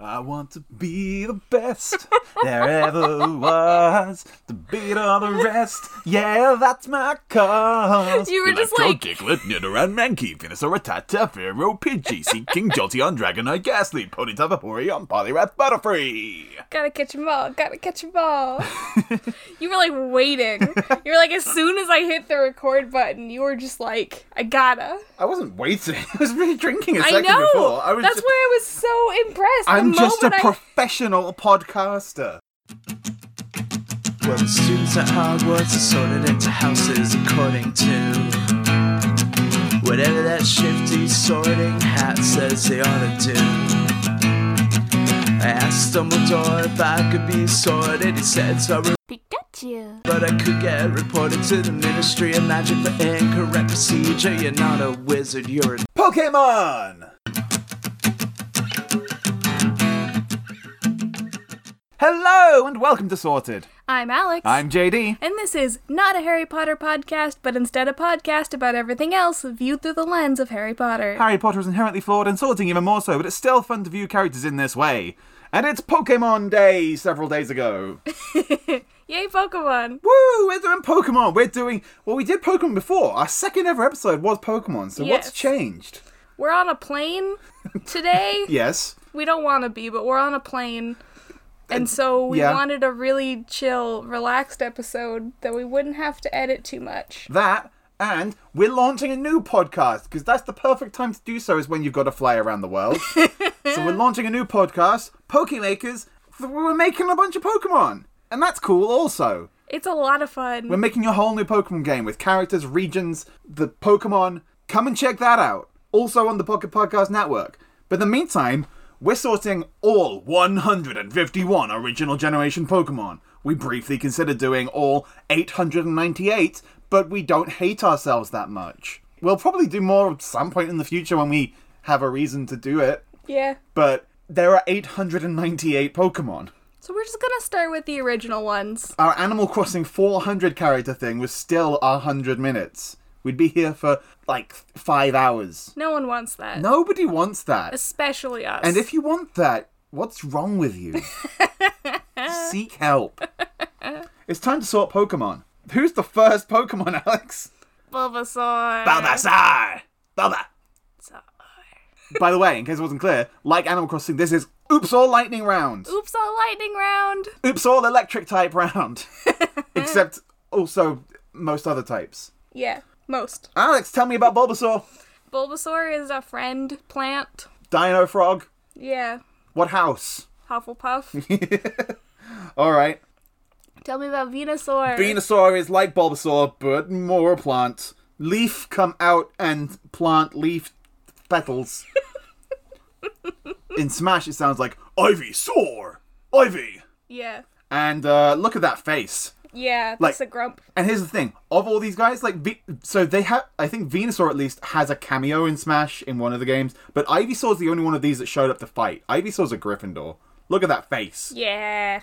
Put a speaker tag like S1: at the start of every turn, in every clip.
S1: I want to be the best there ever was, to beat all the rest. Yeah, that's my cause.
S2: You were just
S1: Electro,
S2: like-
S1: Diglett, Nidoran, Mankey, Venusaur, Rattata, Pharaoh, Pidgey, Seeking, Jolteon, Dragonite, Ghastly, Ponyta, Vaporeon, Poliwrath, Butterfree.
S2: Gotta catch 'em all. Gotta catch 'em all. you were like waiting. You were like, as soon as I hit the record button, you were just like, I gotta.
S1: I wasn't waiting. I was really drinking a
S2: I
S1: second
S2: know.
S1: before. I was
S2: That's
S1: just,
S2: why I was so impressed. The
S1: I'm just a
S2: moment I-
S1: professional podcaster.
S3: Well, the students at Hogwarts are sorted into houses according to whatever that shifty sorting hat says they ought to do. I asked Dumbledore if I could be sorted. He said sorry,
S2: Pikachu.
S3: but I could get reported to the Ministry of Magic for incorrect procedure. You're not a wizard, you're a
S1: Pokemon! Hello and welcome to Sorted.
S2: I'm Alex.
S1: I'm JD.
S2: And this is not a Harry Potter podcast, but instead a podcast about everything else viewed through the lens of Harry Potter.
S1: Harry Potter is inherently flawed and sorting even more so, but it's still fun to view characters in this way. And it's Pokemon Day several days ago.
S2: Yay, Pokemon!
S1: Woo! We're doing Pokemon. We're doing well. We did Pokemon before. Our second ever episode was Pokemon. So what's
S2: Yes.
S1: changed?
S2: We're on a plane today.
S1: Yes.
S2: We don't want to be, but we're on a plane. And so we
S1: yeah.
S2: wanted a really chill, relaxed episode that we wouldn't have to edit too much.
S1: That and we're launching a new podcast because that's the perfect time to do so is when you've got to fly around the world. so we're launching a new podcast, Pokemakers. th- We're making a bunch of Pokemon, and that's cool. Also,
S2: It's a lot of fun.
S1: we're making a whole new Pokemon game with characters, regions, the Pokemon. Come and check that out. Also on the Pocket Podcast Network. But in the meantime, we're sorting all 151 original generation Pokemon. We briefly considered doing all 898, but we don't hate ourselves that much. We'll probably do more at some point in the future when we have a reason to do it,
S2: yeah.
S1: but there are 898 Pokemon.
S2: So we're just going to start with the original ones.
S1: our Animal Crossing 400 character thing was still our 100 minutes. We'd be here for like five hours.
S2: No one wants that.
S1: Nobody wants that.
S2: Especially us.
S1: And if you want that, what's wrong with you? Seek help. It's time to sort Pokemon. Who's the first Pokemon, Alex?
S2: Bulbasaur.
S1: Balbasar! Balba! By the way, in case it wasn't clear, like Animal Crossing, this is Oops All Lightning Round!
S2: Oops, all lightning round.
S1: Oops All Electric Type Round! Except also most other types.
S2: Yeah, most.
S1: Alex, tell me about Bulbasaur.
S2: Bulbasaur is a friend plant.
S1: Dino Frog.
S2: Yeah,
S1: What house?
S2: Hufflepuff.
S1: All right.
S2: Tell me about
S1: Uh,
S2: Venusaur.
S1: Venusaur is like Bulbasaur, but more a plant. Leaf come out and plant leaf petals. In Smash, it sounds like Ivy Soar. Ivy.
S2: yeah,
S1: And uh, look at that face.
S2: yeah,
S1: Like-
S2: that's a grump.
S1: And here's the thing: of all these guys, like, v- so they have. I think Venusaur at least has a cameo in Smash in one of the games, but Ivysaur's the only one of these that showed up to fight. Ivysaur's a Gryffindor. Look at that face.
S2: Yeah.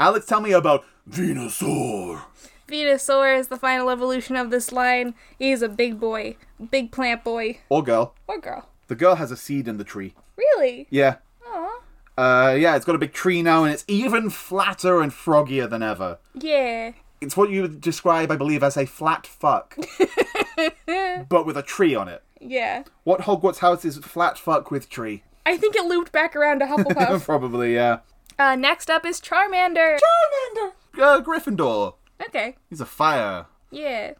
S1: Alex, tell me about Venusaur.
S2: Venusaur is the final evolution of this line. He's a big boy, big plant boy
S1: Or girl.
S2: or girl.
S1: The girl has a seed in the tree.
S2: Really?
S1: Yeah.
S2: Aw.
S1: Uh, yeah, it's got a big tree now, and it's even flatter and froggier than ever.
S2: Yeah.
S1: It's what you would describe, I believe, as a flat fuck, but with a tree on it.
S2: Yeah.
S1: What Hogwarts house is flat fuck with tree?
S2: I think it looped back around to Hufflepuff.
S1: Probably, yeah.
S2: uh, next up is Charmander.
S1: Charmander. Uh, Gryffindor.
S2: Okay.
S1: He's a fire.
S2: Yeah.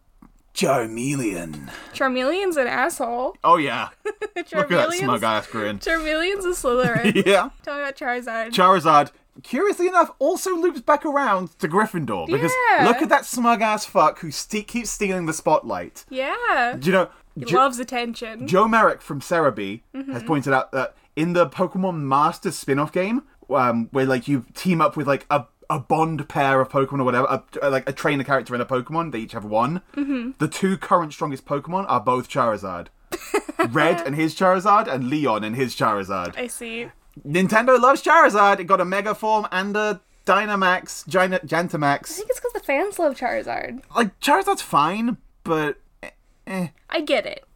S1: Charmeleon.
S2: Charmeleon's an asshole.
S1: Oh yeah. Look at that smug
S2: Charmeleon's,
S1: ass grin.
S2: Charmeleon's a Slytherin.
S1: yeah.
S2: Tell me about Charizard.
S1: Charizard, curiously enough, also loops back around to Gryffindor because
S2: Yeah.
S1: look at that smug ass fuck who ste keeps stealing the spotlight.
S2: yeah.
S1: Do you know?
S2: He
S1: Jo-
S2: loves attention.
S1: Joe Merrick from Cerebi has pointed out that in the Pokemon Masters spin-off game, um, where like you team up with like a a bond pair of Pokemon or whatever, a, like a trainer character and a Pokemon, they each have one. The two current strongest Pokemon are both Charizard. Red and his Charizard, and Leon and his Charizard.
S2: I see.
S1: Nintendo loves Charizard. It got a Mega Form and a Dynamax, Gina-
S2: I
S1: Gentamax.
S2: think it's because the fans love Charizard.
S1: Like Charizard's fine, but
S2: I get it.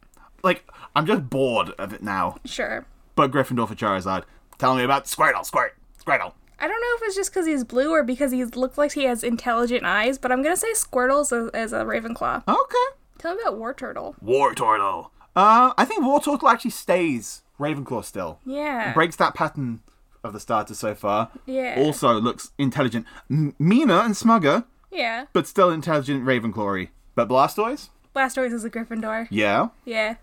S1: like I'm just bored of it now.
S2: Sure.
S1: But Gryffindor for Charizard. Tell me about Squirtle, Squirt, Squirtle.
S2: I don't know if it's just because he's blue or because he looks like he has intelligent eyes, but I'm gonna say Squirtle's as, as a Ravenclaw.
S1: Okay.
S2: Tell me about War Turtle.
S1: War Turtle. Uh, I think War Turtle actually stays Ravenclaw still.
S2: Yeah.
S1: Breaks that pattern of the starters so far.
S2: Yeah.
S1: Also looks intelligent. M- meaner and smugger,
S2: yeah.
S1: but still intelligent Ravenclaw. But Blastoise?
S2: Blastoise is a Gryffindor.
S1: Yeah.
S2: Yeah.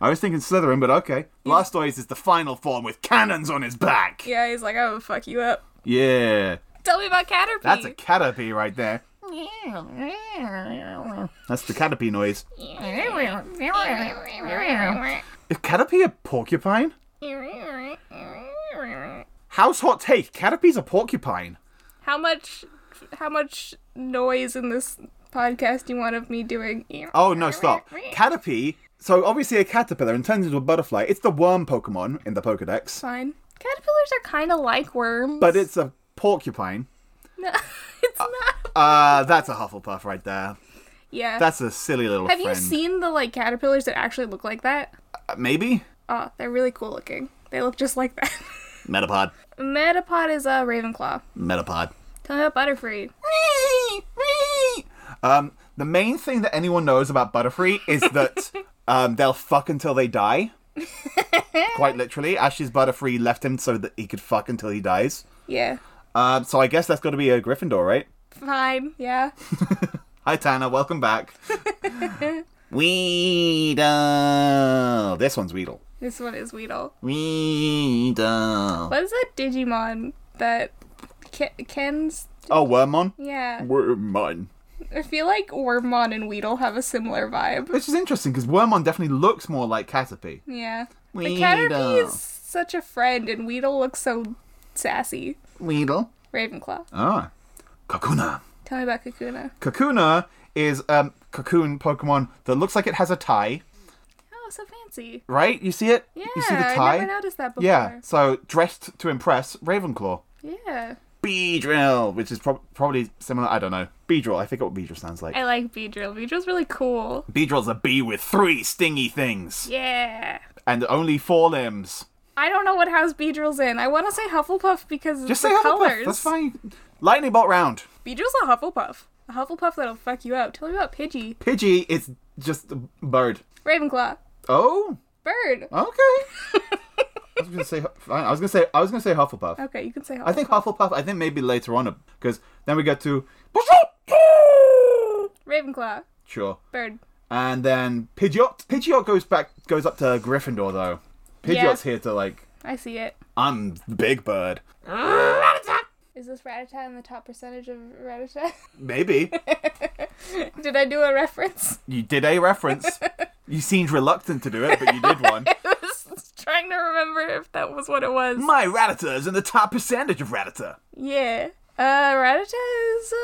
S1: I was thinking Slytherin, but okay. Blastoise is the final form with cannons on his back.
S2: Yeah, he's like, I'm gonna fuck you up.
S1: Yeah.
S2: Tell me about Caterpie.
S1: That's a Caterpie right there. That's the Caterpie noise. Is Caterpie a porcupine? House hot take. Caterpie's a porcupine.
S2: How much how much noise in this podcast do you want of me doing?
S1: Oh no, stop. Caterpie. So obviously a caterpillar and turns into a butterfly. It's the worm Pokemon in the Pokedex,
S2: Fine. Caterpillars are kind of like worms.
S1: but it's a porcupine.
S2: No, it's not.
S1: Uh, that's a Hufflepuff right there.
S2: Yeah.
S1: That's a silly little
S2: Have you
S1: friend.
S2: seen the like caterpillars that actually look like that?
S1: Uh, maybe
S2: Oh, they're really cool looking. They look just like that.
S1: Metapod.
S2: Metapod is a uh, Ravenclaw.
S1: Metapod.
S2: Tell me about Butterfree.
S1: Um, the main thing that anyone knows about Butterfree is that um, they'll fuck until they die. Quite literally, Ash's Butterfree left him so that he could fuck until he dies.
S2: Yeah.
S1: Um, so I guess that's got to be a Gryffindor, right?
S2: Fine. Yeah.
S1: Hi Tana, welcome back. Weedle. This one's Weedle.
S2: This one is Weedle.
S1: Weedle.
S2: What is that Digimon that Ke- Ken's?
S1: Oh, Wormmon.
S2: Yeah.
S1: Wormmon.
S2: I feel like Wormmon and Weedle have a similar vibe.
S1: Which is interesting because Wormmon definitely looks more like Caterpie.
S2: Yeah. But
S1: Weedle.
S2: Caterpie is such a friend, and Weedle looks so sassy.
S1: Weedle.
S2: Ravenclaw.
S1: Ah. Kakuna.
S2: Tell me about Kakuna.
S1: Kakuna is um cocoon Pokemon that looks like it has a tie,
S2: Oh, so fancy.
S1: right? You see it?
S2: Yeah.
S1: You see the
S2: I
S1: tie?
S2: never noticed that before.
S1: yeah. So dressed to impress Ravenclaw.
S2: Yeah.
S1: Beedrill, which is prob probably similar. I don't know. Beedrill. I forget what Beedrill sounds like.
S2: I like Beedrill. Beedrill's really cool.
S1: Beedrill's a bee with three stingy things
S2: Yeah.
S1: and only four limbs.
S2: I don't know what house Beedrill's in. I want to say Hufflepuff because
S1: Just
S2: the
S1: say Hufflepuff.
S2: colors.
S1: That's fine. Lightning bolt round.
S2: Beedrill's a Hufflepuff. A Hufflepuff that'll fuck you up. Tell me about Pidgey.
S1: Pidgey is just a bird.
S2: Ravenclaw.
S1: Oh,
S2: Bird.
S1: okay. I was gonna say. Fine. I was gonna say. I was gonna say Hufflepuff.
S2: Okay, you can say Hufflepuff.
S1: I think Hufflepuff. I think maybe later on because then we get to
S2: Ravenclaw.
S1: sure,
S2: Bird.
S1: and then Pidgeot. Pidgeot goes back, goes up to Gryffindor though. Pidgeot's here to like,
S2: I see it.
S1: I'm the big bird.
S2: Is this Rattata in the top percentage of Rattata?
S1: Maybe
S2: Did I do a reference?
S1: you did a reference. You seemed reluctant to do it, but you did one.
S2: I was trying to remember if that was what it was.
S1: My Rattata is in the top percentage of Rattata.
S2: yeah. Uh, Rattata is a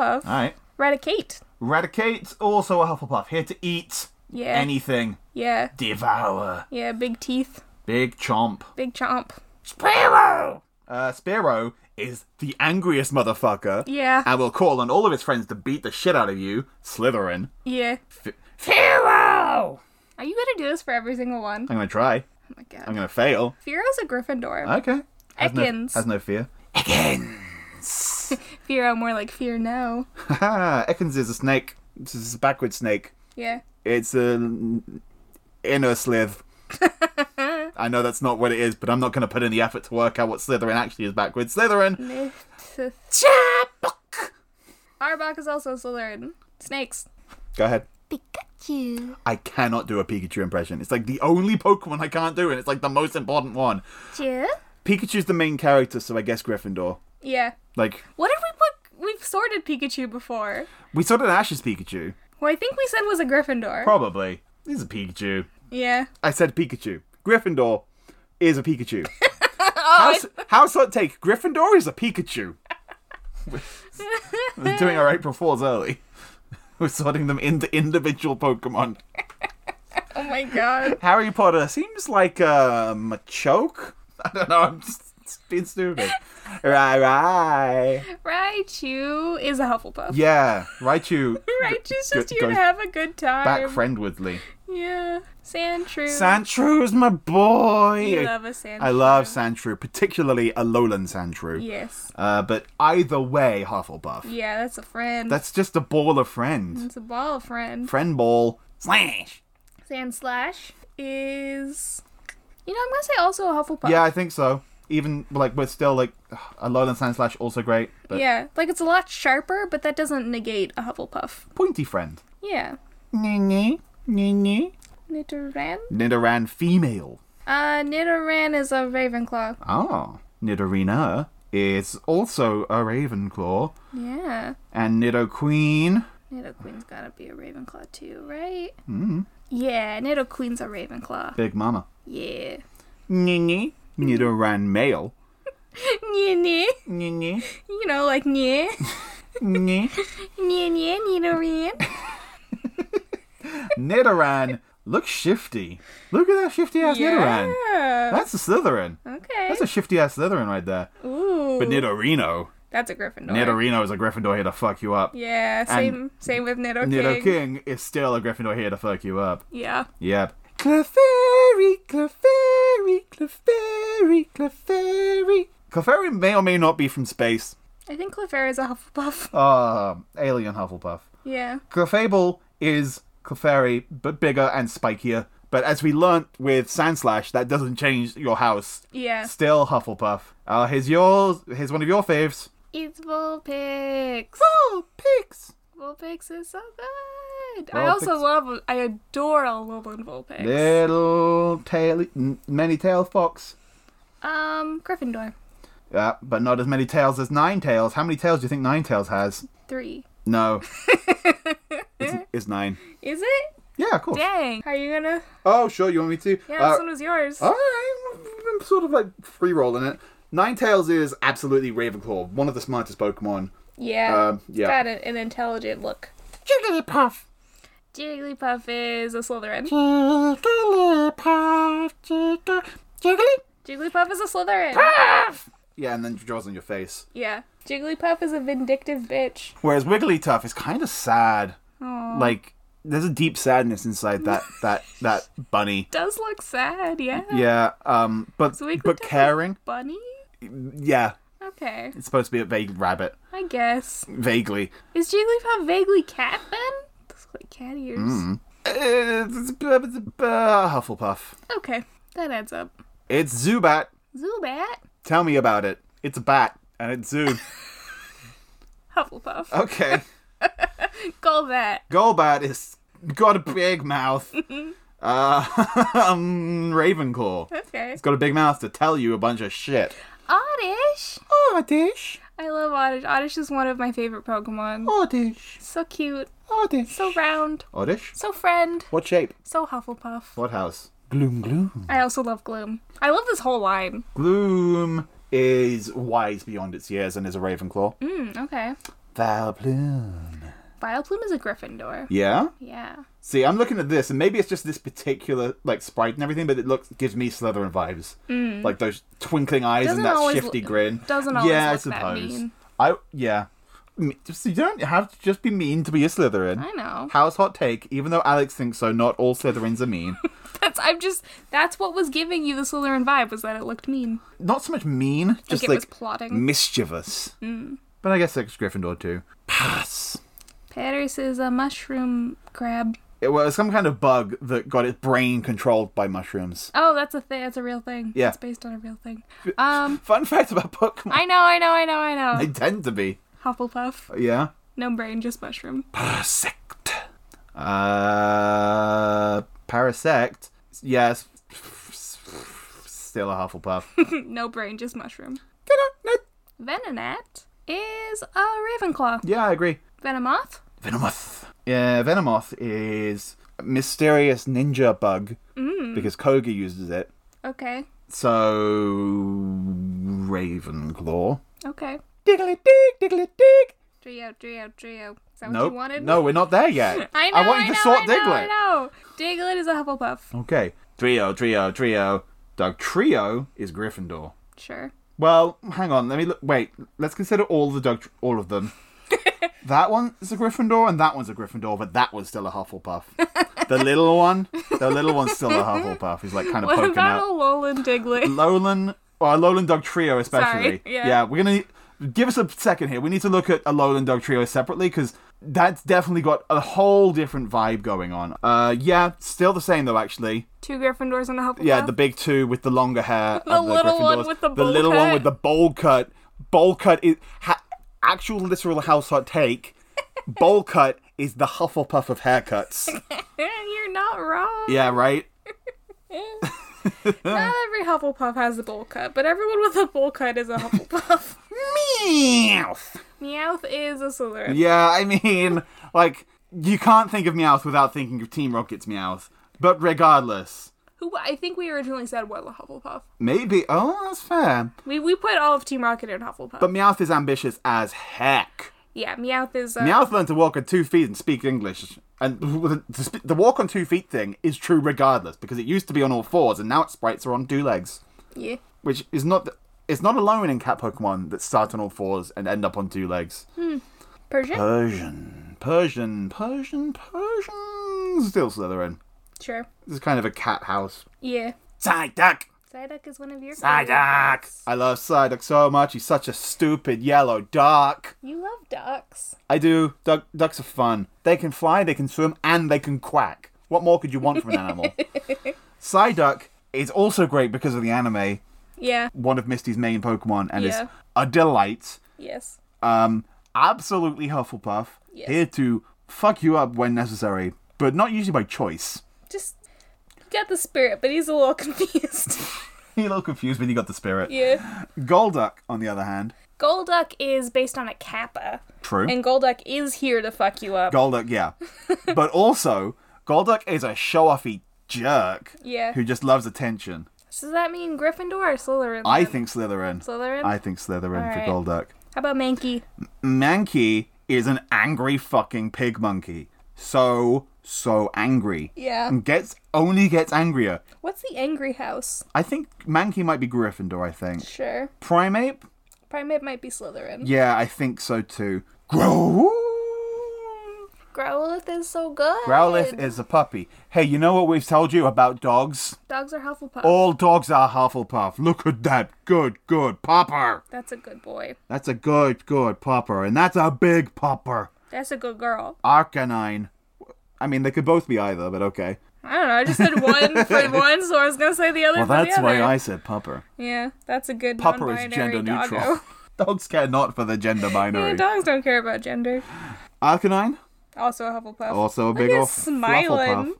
S2: Hufflepuff.
S1: All right.
S2: Raticate.
S1: Radicate also a Hufflepuff here to eat
S2: Yeah.
S1: anything,
S2: yeah.
S1: devour,
S2: Yeah, big teeth.
S1: big chomp.
S2: Big chomp.
S1: Spiro! Uh, Spiro is the angriest motherfucker.
S2: Yeah.
S1: And will call on all of his friends to beat the shit out of you, Slytherin.
S2: Yeah.
S1: F- Spiro!
S2: Are you gonna do this for every single one?
S1: I'm gonna try.
S2: Oh my
S1: I'm
S2: god.
S1: gonna fail.
S2: Firo's a Gryffindor.
S1: Okay. Has no-
S2: Ekans.
S1: has no fear. Ekans!
S2: Firo, more like fear no.
S1: Haha, Ekans is a snake. This is a backward snake.
S2: Yeah.
S1: It's a inner slith. I know that's not what it is, but I'm not gonna put in the effort to work out what Slytherin actually is backward. Slytherin! Chapuk!
S2: Arbok is also a Slytherin. Snakes.
S1: Go ahead. Pikachu. I cannot do a Pikachu impression. It's like the only Pokemon I can't do, and it's like the most important one. Pikachu's the main character, so I guess Gryffindor.
S2: Yeah.
S1: Like,
S2: What did we put? We've sorted Pikachu before.
S1: we sorted Ash's Pikachu.
S2: Who I think we said was a Gryffindor.
S1: Probably. This is a Pikachu.
S2: yeah.
S1: I said Pikachu. Gryffindor is a Pikachu. House, house hot take Gryffindor is a Pikachu. We're doing our April Fools early. We're sorting them into individual Pokemon.
S2: Oh my god.
S1: Harry Potter seems like um, a choke. I don't know. I'm just it's being stupid. Right, right.
S2: Raichu is a Hufflepuff.
S1: Yeah, Raichu.
S2: Raichu's
S1: go-
S2: just here
S1: goes
S2: to have a good time.
S1: back friendwardly.
S2: Yeah. Sandshrew.
S1: Sandshrew is my boy.
S2: You love a Sandshrew.
S1: I love Sandshrew, particularly a lowland Sandshrew.
S2: Yes.
S1: Uh, but either way, Hufflepuff.
S2: Yeah, that's a friend.
S1: That's just a ball of friend.
S2: It's a ball of friend.
S1: Friend ball. Slash.
S2: Sand Slash is. You know, I'm gonna say also a Hufflepuff.
S1: Yeah, I think so. Even like we're still like a lowland sand slash also great, but
S2: Yeah, like it's a lot sharper, but that doesn't negate a Hufflepuff.
S1: pointy friend.
S2: Yeah.
S1: Nini. Nini.
S2: Nidoran?
S1: Nidoran female.
S2: Uh, Nidoran is a Ravenclaw.
S1: Ah. Nidorina is also a Ravenclaw.
S2: Yeah.
S1: And Nido Queen.
S2: Nidoqueen's gotta be a Ravenclaw too, right? Mm.
S1: Mm-hmm.
S2: Yeah, Nidoqueen's a Ravenclaw.
S1: Big Mama.
S2: Yeah.
S1: Nini. Nidoran male.
S2: Nye nye.
S1: Nini.
S2: You know, like nye.
S1: Nini.
S2: Nye nye Nidoran.
S1: Nidoran looks shifty. Look at that shifty ass Nidoran.
S2: Yeah.
S1: That's a Slytherin.
S2: Okay.
S1: That's a shifty ass Slytherin right there.
S2: Ooh.
S1: But Nidorino.
S2: That's a Gryffindor.
S1: Nidorino is a Gryffindor here to fuck you up.
S2: Yeah, same same with Nidoking.
S1: Nido King is still a Gryffindor here to fuck you up.
S2: Yeah.
S1: Yep. Clefairy, Clefairy, Clefairy, Clefairy. Clefairy may or may not be from space.
S2: I think Clefairy is a Hufflepuff.
S1: Um, alien Hufflepuff.
S2: Yeah.
S1: Clefable is Clefairy, but bigger and spikier. But as we learnt with Sandslash, that doesn't change your house.
S2: Yeah.
S1: Still Hufflepuff. Uh, here's yours. Here's one of your faves.
S2: It's Vulpix.
S1: Oh, pigs.
S2: Vulpix is so good. I
S1: Vulpix-
S2: also love, I adore a Lowland Vulpix.
S1: Little tail, n- many tail fox.
S2: Um, Gryffindor.
S1: Yeah, but not as many tails as Nine Tails. How many tails do you think Nine Tails has?
S2: Three.
S1: No. it's, it's nine.
S2: Is it?
S1: Yeah, of course.
S2: Dang. Are you gonna?
S1: Oh, sure. You want me to? Uh,
S2: Yeah, this one was yours.
S1: All right, I'm sort of like free rolling it. Ninetales is absolutely Ravenclaw, one of the smartest Pokemon.
S2: yeah.
S1: Um, yeah.
S2: Got an, an intelligent look.
S1: Jigglypuff,
S2: Jigglypuff is a Slytherin.
S1: Jigglypuff, Jiggly, Jigglypuff.
S2: Jigglypuff is a Slytherin.
S1: Ah! Yeah, and then draws on your face.
S2: Yeah. Jigglypuff is a vindictive bitch.
S1: Whereas Wigglytuff is kind of sad. Like there's a deep sadness inside that that that bunny.
S2: Does look sad, yeah.
S1: Yeah, um, but
S2: So Wigglytuff
S1: but
S2: is
S1: caring.
S2: Bunny?
S1: Yeah,
S2: Okay.
S1: it's supposed to be a vague rabbit,
S2: I guess.
S1: vaguely.
S2: Is Jigglypuff vaguely cat then? Looks like cat ears.
S1: Uh, Hufflepuff.
S2: Okay. That adds up.
S1: It's Zubat.
S2: Zubat?
S1: Tell me about it. It's a bat and it's zoo.
S2: Hufflepuff.
S1: Okay.
S2: Golbat.
S1: Golbat is got a big mouth. Uh, um, Ravenclaw. It's
S2: Okay.
S1: got a big mouth to tell you a bunch of shit.
S2: Oddish.
S1: Oddish.
S2: I love Oddish. Oddish is one of my favorite Pokemon.
S1: Oh. Oddish.
S2: So cute.
S1: Oddish.
S2: So round.
S1: Oddish?
S2: So friend.
S1: What shape?
S2: So Hufflepuff.
S1: What house? Gloom gloom.
S2: I also love Gloom. I love this whole line.
S1: Gloom is wise beyond its years and is a Ravenclaw.
S2: Mm, okay.
S1: Valplume.
S2: Vileplume is a Gryffindor.
S1: Yeah?
S2: Yeah.
S1: See, I'm looking at this, and maybe it's just this particular like sprite and everything, but it looks gives me Slytherin vibes, like those twinkling eyes
S2: Mm. Doesn't
S1: and that
S2: always
S1: shifty
S2: look-
S1: grin.
S2: doesn't always
S1: yeah,
S2: look
S1: I
S2: that
S1: suppose.
S2: mean.
S1: I yeah. Me- Just, you don't have to just be mean to be a Slytherin.
S2: I know.
S1: House hot take. Even though Alex thinks so, not all Slytherins are mean.
S2: That's I'm just that's what was giving you the Slytherin vibe was that it looked mean.
S1: not so much mean, just
S2: it
S1: like
S2: was Mm. plotting.
S1: mischievous. But I guess it's Gryffindor too. Pass.
S2: Paris is a mushroom crab.
S1: It was some kind of bug that got its brain controlled by mushrooms.
S2: Oh, that's a thing. That's a real thing.
S1: Yeah.
S2: it's based on a real thing. Um,
S1: Fun fact about Pokemon:
S2: I know, I know, I know, I
S1: they
S2: know.
S1: tend to be.
S2: Hufflepuff,
S1: Yeah.
S2: no brain, just mushroom.
S1: Parasect. Uh, Parasect. Yes. Still a Hufflepuff.
S2: no brain, just mushroom. Venonat is a Ravenclaw.
S1: yeah, I agree.
S2: Venomoth,
S1: Venomoth. Yeah, Venomoth is a mysterious ninja bug
S2: Mm.
S1: because Koga uses it.
S2: okay,
S1: So Ravenclaw.
S2: okay.
S1: Diggly dig, diggly dig.
S2: Trio, trio, trio. Is that what
S1: Nope.
S2: you wanted?
S1: No, we're not there yet.
S2: I know.
S1: want you
S2: I
S1: to
S2: know,
S1: sort
S2: I know,
S1: Diglett.
S2: I know. Diglett is a Hufflepuff.
S1: Okay. Trio, trio, trio. Doug Trio is Gryffindor.
S2: Sure.
S1: Well, hang on. Let me look. Wait. Let's consider all the Doug, all of them. that one is a Gryffindor, and that one's a Gryffindor, but that one's still a Hufflepuff. the little one, the little one's still a Hufflepuff. He's like kind of
S2: What
S1: poking
S2: about
S1: out.
S2: Alolan Digley?
S1: Lowland, or Lowland Dog Trio, especially.
S2: Sorry, yeah.
S1: we're gonna give us a second here. We need to look at a Lowland Dog Trio separately because that's definitely got a whole different vibe going on. Uh, yeah, still the same though, actually.
S2: Two Gryffindors and a Hufflepuff.
S1: Yeah, the big two with the longer hair.
S2: The
S1: and
S2: little one
S1: Gryffindors.
S2: with the
S1: the
S2: bowl
S1: little one
S2: cut.
S1: with the bowl cut. Bowl cut is ha- actual literal household take. bowl cut is the Hufflepuff of haircuts.
S2: Eh, You're not wrong.
S1: yeah, right.
S2: Not every Hufflepuff has a bowl cut, but everyone with a bowl cut is a Hufflepuff.
S1: Meowth.
S2: Meowth is a Slytherin.
S1: Yeah, I mean, like, you can't think of Meowth without thinking of Team Rocket's Meowth. But regardless,
S2: Who I think we originally said was a Hufflepuff.
S1: maybe. Oh, that's fair.
S2: We we put all of Team Rocket in Hufflepuff.
S1: But Meowth is ambitious as heck.
S2: yeah, Meowth is. Uh,
S1: Meowth learned to walk on two feet and speak English. And the sp- the walk on two feet thing is true regardless, because it used to be on all fours, and now its sprites are on two legs.
S2: Yeah.
S1: Which is not. The- it's not alone in cat Pokemon that start on all fours and end up on two legs.
S2: Persian?
S1: Uh. Persian, Persian, Persian, Persian. Still Slytherin.
S2: sure.
S1: This is kind of a cat house.
S2: Yeah.
S1: Psyduck!
S2: Psyduck is one of your favorites.
S1: I love Psyduck so much. He's such a stupid yellow duck.
S2: You love ducks.
S1: I do. Duck, ducks are fun. They can fly, they can swim, and they can quack. What more could you want from an animal? Psyduck is also great because of the anime,
S2: Yeah.
S1: one of Misty's main Pokemon, and
S2: Yeah.
S1: is a delight.
S2: Yes.
S1: Um, absolutely Hufflepuff.
S2: Yes.
S1: Here to fuck you up when necessary, but not usually by choice.
S2: Just he got the spirit, but he's a little confused.
S1: You're a little confused when you got the spirit.
S2: yeah.
S1: Golduck, on the other hand,
S2: Golduck is based on a kappa.
S1: true.
S2: And Golduck is here to fuck you up.
S1: Golduck, yeah. but also, Golduck is a show offy jerk
S2: Yeah.
S1: who just loves attention.
S2: so does that mean Gryffindor or Slytherin?
S1: I
S2: then?
S1: think Slytherin.
S2: Slytherin?
S1: I think Slytherin for
S2: All
S1: Golduck.
S2: How about Mankey?
S1: Mankey is an angry fucking pig monkey. So, so angry.
S2: Yeah.
S1: And gets only gets angrier.
S2: What's the angry house?
S1: I think Mankey might be Gryffindor, I think.
S2: Sure.
S1: Primate?
S2: Primate might be Slytherin.
S1: Yeah, I think so too. Grow
S2: Growlithe is so good.
S1: Growlithe is a puppy. Hey, you know what we've told you about dogs?
S2: Dogs are Hufflepuff.
S1: All dogs are Hufflepuff. Look at that. Good, good popper.
S2: That's a good boy.
S1: That's a good, good popper. And that's a big popper.
S2: That's a good girl.
S1: Arcanine. I mean, they could both be either, but okay.
S2: I don't know. I just said one for one, so I was gonna say the other.
S1: Well,
S2: for
S1: that's
S2: the
S1: why
S2: other.
S1: I said pupper.
S2: Yeah, that's a good.
S1: Pupper
S2: non-binary
S1: is gender
S2: doggo.
S1: neutral. Dogs care not for the gender
S2: Yeah,
S1: binary.
S2: dogs don't care about gender.
S1: Arcanine,
S2: Also a Hufflepuff.
S1: also a
S2: Look
S1: big
S2: at
S1: old
S2: smiling.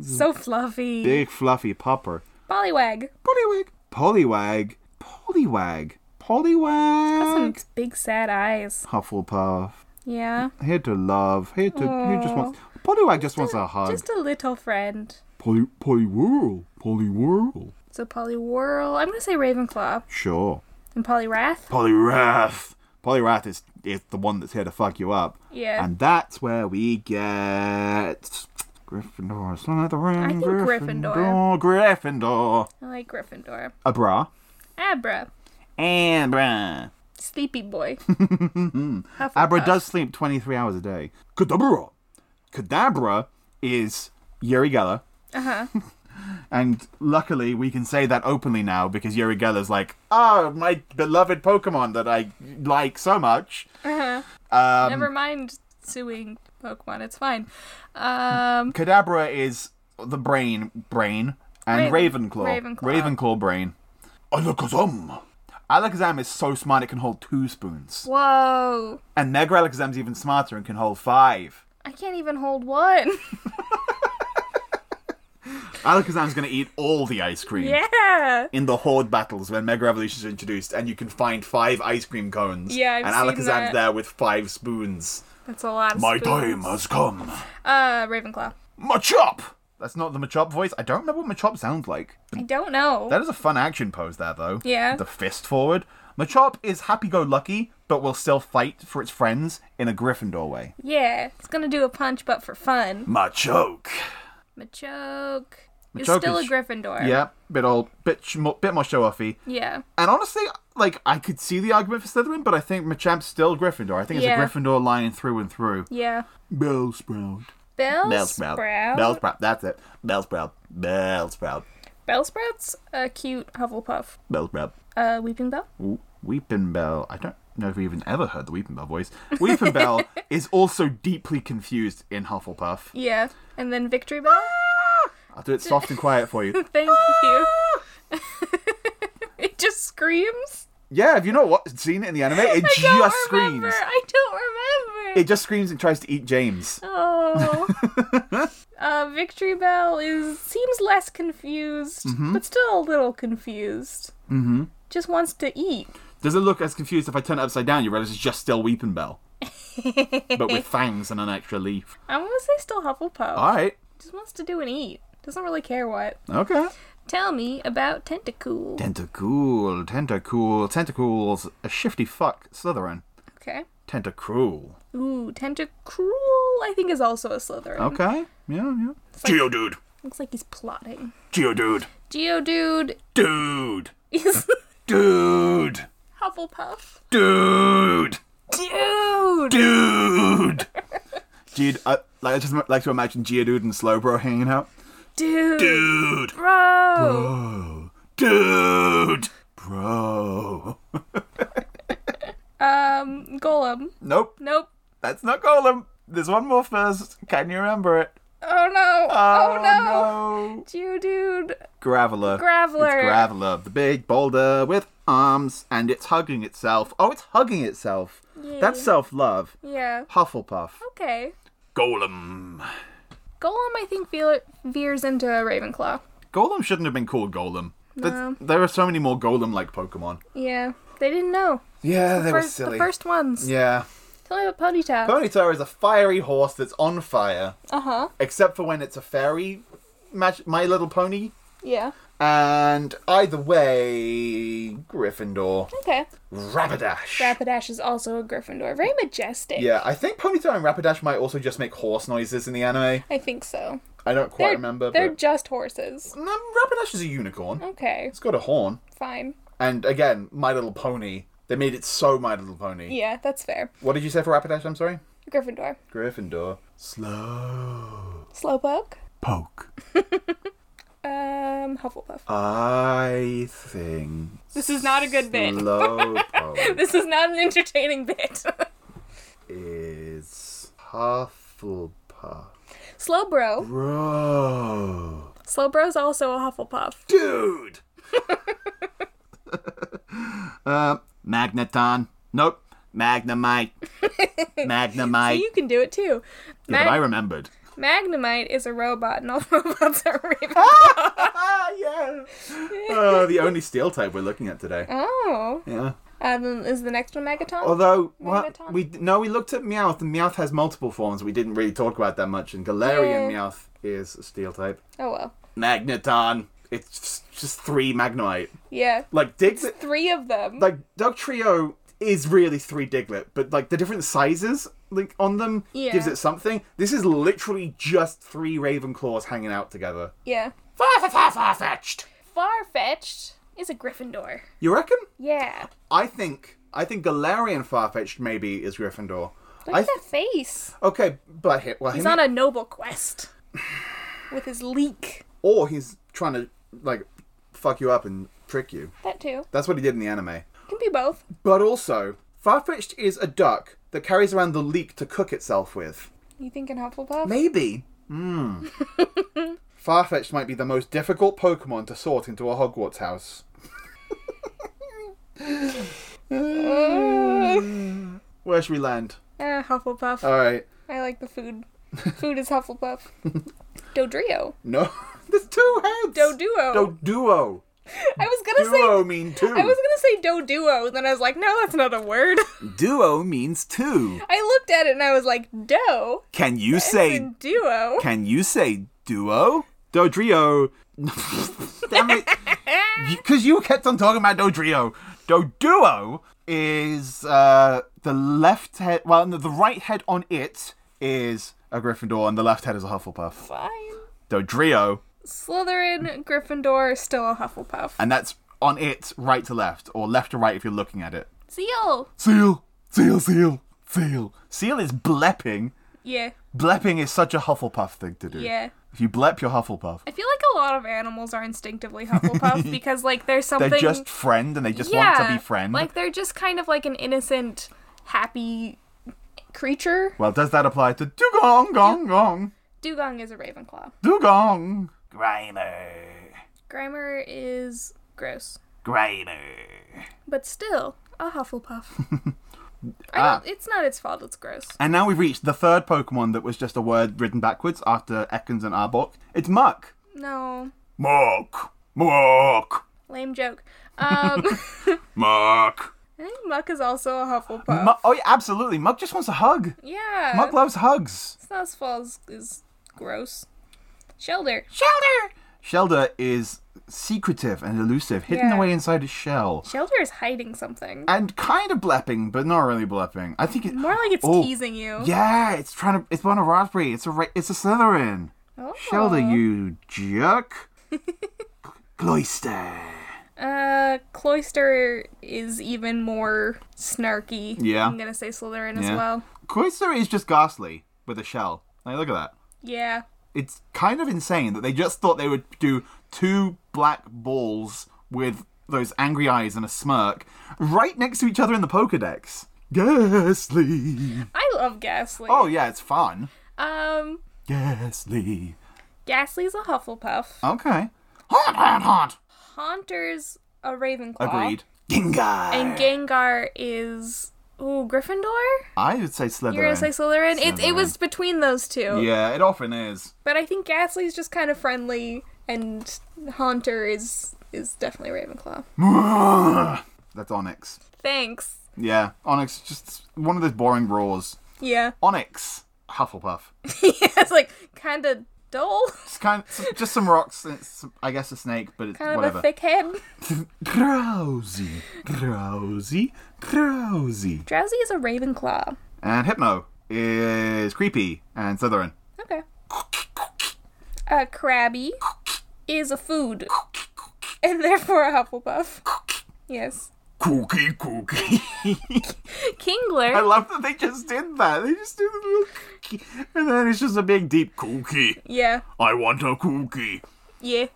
S1: flufflepuff.
S2: So fluffy.
S1: Big fluffy popper.
S2: Bollywag.
S1: Polywag. Polywag. Polywag. Polywag.
S2: Some
S1: Mm.
S2: big sad eyes.
S1: Hufflepuff.
S2: Yeah.
S1: Here to love. Here to. Who just wants. Polywag just wants a hug.
S2: Just a little friend.
S1: Poly Polywhirl. Polywhirl.
S2: So Poliwhirl. I'm gonna say Ravenclaw
S1: Sure.
S2: and Poliwrath.
S1: Polyrath. Polyrath is is the one that's here to fuck you up.
S2: Yeah.
S1: And that's where we get Gryffindor, Slytherin,
S2: I think
S1: Gryffindor, Gryffindor,
S2: I like Gryffindor.
S1: Abra,
S2: Abra.
S1: Abra.
S2: Sleepy boy.
S1: Abra
S2: Hufflepuff.
S1: does sleep 23 hours a day. Kadabra. Kadabra is Yuri Geller. Uh-huh. and luckily we can say that openly now because Yuri Geller's like, "Oh, my beloved Pokemon that I like so much." Uh-huh. Um
S2: Never mind suing Pokemon. It's fine. Um.
S1: Kadabra is the brain, brain, and
S2: Raven-
S1: Ravenclaw,
S2: Ravenclaw.
S1: Ravenclaw brain. Alakazam. Alakazam is so smart it can hold two spoons,
S2: Whoa.
S1: and Mega Alakazam's even smarter and can hold five.
S2: I can't even hold one.
S1: Alakazam's gonna eat all the ice cream.
S2: yeah.
S1: In the horde battles, when Mega Evolutions are introduced, and you can find five ice cream cones,
S2: Yeah, I've
S1: and
S2: seen
S1: Alakazam's
S2: that.
S1: there with five spoons.
S2: That's a lot of
S1: My time
S2: spoons.
S1: has come.
S2: Uh, Ravenclaw.
S1: Machop. That's not the Machop voice. I don't remember what Machop sounds like.
S2: I don't know.
S1: That is a fun action pose there, though.
S2: Yeah.
S1: The fist forward. Machop is happy-go-lucky, but will still fight for its friends in a Gryffindor way.
S2: yeah. It's gonna do a punch, but for fun.
S1: Machoke.
S2: Machoke. is
S1: Machoke
S2: still a
S1: is-
S2: Gryffindor.
S1: Yeah, bit all bit sh- mo- bit more show offy.
S2: Yeah.
S1: And honestly, like I could see the argument for Slytherin, but I think Machamp's still Gryffindor. I think it's
S2: Yeah.
S1: a Gryffindor line through and through.
S2: Yeah.
S1: Bellsprout.
S2: Bell
S1: Bellsprout.
S2: Sprout.
S1: Bellsprout. That's it. Bellsprout. Bellsprout.
S2: Bell Sprout's a cute Hufflepuff.
S1: Bellsprout.
S2: Uh, Weeping Bell.
S1: Ooh, Weeping Bell. I don't know if we even ever heard the Weeping Bell voice. Weeping Bell is also deeply confused in Hufflepuff.
S2: Yeah. And then Victory Bell.
S1: I'll do it soft and quiet for you.
S2: Thank you. it just screams.
S1: Yeah, have you not what seen it in the anime? It
S2: Oh I don't
S1: just
S2: remember.
S1: screams.
S2: I don't remember.
S1: It just screams and tries to eat James.
S2: Oh. uh, Victory Bell is seems less confused,
S1: Mm-hmm.
S2: but still a little confused. Mm-hmm. Just wants to eat.
S1: Does it look as confused if I turn it upside down? You realize it's just still Weeping Bell, but with fangs and an extra leaf.
S2: I'm gonna say still Hufflepuff.
S1: All right.
S2: Just wants to do and eat. Doesn't really care what.
S1: Okay.
S2: Tell me about Tentacool.
S1: Tentacool, tentacool, tentacools. A shifty fuck, Slytherin.
S2: okay.
S1: Tentacruel.
S2: Ooh, Tentacruel, I think, is also a Slytherin.
S1: Okay. Yeah, yeah.
S2: like-
S1: Geodude.
S2: Looks like he's plotting.
S1: Geodude.
S2: Geodude
S1: Dude.
S2: is
S1: Dude.
S2: Hufflepuff.
S1: Dude.
S2: Dude!
S1: Dude. Dude, I, like, I just m- like to imagine Geodude and Slowbro hanging out.
S2: Dude!
S1: Dude.
S2: Bro!
S1: Bro. Dude. Bro.
S2: Um, Golem.
S1: Nope,
S2: Nope.
S1: that's not Golem. There's one more first. Can you remember it?
S2: Oh no! Oh,
S1: no.
S2: no! Geodude!
S1: Graveler.
S2: Graveler.
S1: It's Graveler, the big boulder with arms, and it's hugging itself. Oh, it's hugging itself. That's
S2: Yay.
S1: self love.
S2: Yeah.
S1: Hufflepuff.
S2: Okay.
S1: Golem.
S2: Golem, I think, ve- veers into Ravenclaw.
S1: Golem shouldn't have been called Golem. But
S2: No.
S1: There are so many more golem like Pokemon.
S2: Yeah. They didn't know.
S1: Yeah, they
S2: First, the first ones.
S1: Yeah.
S2: Tell me about Ponyta.
S1: Ponyta is a fiery horse that's on fire,
S2: uh huh.
S1: except for when it's a fairy mag- My Little Pony.
S2: Yeah.
S1: And either way, Gryffindor.
S2: Okay.
S1: Rapidash.
S2: Rapidash is also a Gryffindor. Very majestic.
S1: Yeah, I think Ponyta and Rapidash might also just make horse noises in the anime.
S2: I think so.
S1: I don't quite
S2: they're,
S1: remember,
S2: They're
S1: but
S2: just horses.
S1: no, Rapidash is a unicorn.
S2: Okay.
S1: It's got a horn.
S2: Fine.
S1: And again, My Little Pony. They made it so My Little Pony.
S2: Yeah, that's fair.
S1: What did you say for Rapidash? I'm sorry.
S2: Gryffindor.
S1: Gryffindor. Slow
S2: Slowpoke.
S1: poke.
S2: Um, Hufflepuff.
S1: I think
S2: This is not a good bit.
S1: slow poke
S2: This is not an entertaining bit.
S1: is Hufflepuff.
S2: Slowbro.
S1: Bro,
S2: Slowbro's also a Hufflepuff.
S1: dude. uh, Magneton. Nope. Magnemite. Magnemite.
S2: You can do it too.
S1: Yeah, but I
S2: Mag-
S1: remembered.
S2: Magnemite is a robot, and all robots are Raven.
S1: Ah, yeah. Uh, the only steel type we're looking at today.
S2: oh.
S1: Yeah.
S2: Um, is the next one Megaton?
S1: Although what
S2: Magneton.
S1: we no, we looked at Meowth, and Meowth has multiple forms. We didn't really talk about that much. And Galarian
S2: Yeah.
S1: Meowth is a Steel type.
S2: oh well.
S1: Magneton. It's just, just three Magnite.
S2: Yeah.
S1: Like Diglett,
S2: Three of them.
S1: like Dugtrio is really three Diglett, but like the different sizes like on them
S2: Yeah.
S1: gives it something. This is literally just three Ravenclaws hanging out together.
S2: yeah.
S1: Far, far, far, far fetched.
S2: Farfetched is a Gryffindor.
S1: You reckon?
S2: Yeah.
S1: I think I think Galarian Farfetch'd maybe is Gryffindor.
S2: Look
S1: I
S2: at that face.
S1: Okay, but he- well,
S2: He's
S1: him-
S2: on a noble quest with his leak.
S1: or he's trying to like fuck you up and trick you.
S2: That too.
S1: That's what he did in the anime.
S2: Can be both.
S1: But also, Farfetch'd is a duck that carries around the leek to cook itself with.
S2: You thinking Hufflepuff?
S1: Maybe. Hmm. Farfetch'd might be the most difficult Pokemon to sort into a Hogwarts house. Where should we land?
S2: Ah, Hufflepuff.
S1: All right.
S2: I like the food. Food is Hufflepuff. Dodrio.
S1: No, there's two heads.
S2: Doduo.
S1: Doduo.
S2: I was gonna
S1: Duo
S2: say.
S1: mean two.
S2: I was gonna say Doduo, and then I was like, no, that's not a word.
S1: Duo means two.
S2: I looked at it and I was like, do
S1: Can you
S2: and duo.
S1: Can you say duo? Dodrio. Damn it. Because you kept on talking about Dodrio. Doduo is uh, the left head. Well, no, the right head on it is a Gryffindor, and the left head is a Hufflepuff.
S2: Fine.
S1: Dodrio
S2: Slytherin, Gryffindor, still a Hufflepuff.
S1: and that's on it right to left, or left to right if you're looking at it.
S2: Seal!
S1: Seal, seal, seal, seal. Seal is blepping.
S2: Yeah,
S1: Blepping is such a Hufflepuff thing to do.
S2: yeah.
S1: If you blep, you're Hufflepuff.
S2: I feel like a lot of animals are instinctively Hufflepuff because, like, there's
S1: They're
S2: something.
S1: just friend, and they just
S2: yeah,
S1: want to be friend.
S2: Like, they're just kind of like an innocent, happy creature.
S1: well, does that apply to dugong, gong, gong,
S2: Dugong is a Ravenclaw.
S1: dugong? Grimer,
S2: Grimer is gross,
S1: Grimer.
S2: but still a Hufflepuff. I
S1: Ah.
S2: don't, it's not its fault. It's gross.
S1: And now we've reached the third Pokemon that was just a word written backwards after Ekans and Arbok. It's Muck.
S2: No,
S1: Muck. Muck.
S2: lame joke. Um,
S1: Muck.
S2: I think Muck is also a Hufflepuff.
S1: Muck. Oh, yeah, absolutely. Muck just wants a hug.
S2: yeah,
S1: Muck loves hugs.
S2: Snozzfall is gross. Shelder.
S1: Shelder. Shelder is secretive and elusive, hidden
S2: Yeah.
S1: away inside his shell.
S2: Shelder is hiding something.
S1: And kind of blepping, but not really blepping. I think it,
S2: More like it's
S1: Oh,
S2: teasing you.
S1: Yeah, it's trying to. It's on a raspberry. It's a. ra- It's a Slytherin.
S2: Oh.
S1: Shelder, you jerk. Cloister.
S2: Uh, Cloister is even more snarky.
S1: Yeah.
S2: I'm gonna say Slytherin as
S1: Yeah.
S2: well.
S1: Cloister is just ghastly with a shell. Like, look at that.
S2: Yeah.
S1: It's kind of insane that they just thought they would do two black balls with those angry eyes and a smirk right next to each other in the Pokedex. Ghastly.
S2: I love Ghastly.
S1: Oh, yeah, it's fun.
S2: Um,
S1: Ghastly.
S2: Ghastly's a Hufflepuff.
S1: Okay. Hot, hot, hot.
S2: Haunter's a Ravenclaw.
S1: Agreed. Gengar.
S2: And Gengar is ooh Gryffindor.
S1: I would say Slytherin.
S2: You're gonna say Slytherin. It it was between those two.
S1: yeah, it often is.
S2: But I think Ghastly's just kind of friendly, and Haunter is is definitely Ravenclaw.
S1: That's Onyx.
S2: Thanks.
S1: Yeah, Onyx, just one of those boring roars.
S2: Yeah.
S1: Onyx, Hufflepuff.
S2: yeah, it's like kind of dull,
S1: It's kind of, just some rocks. and It's, I guess a snake, but it's
S2: kind of
S1: whatever.
S2: a thick head.
S1: drowsy, drowsy, drowsy.
S2: Drowsy is a Ravenclaw.
S1: And Hypno is creepy and Slytherin.
S2: Okay. A Krabby is a food, and therefore a Hufflepuff. Yes.
S1: Cookie, cookie. I
S2: Kingler.
S1: love that they just did that. They just did the little cookie, and then it's just a big deep cookie.
S2: Yeah.
S1: I want a cookie.
S2: Yeah.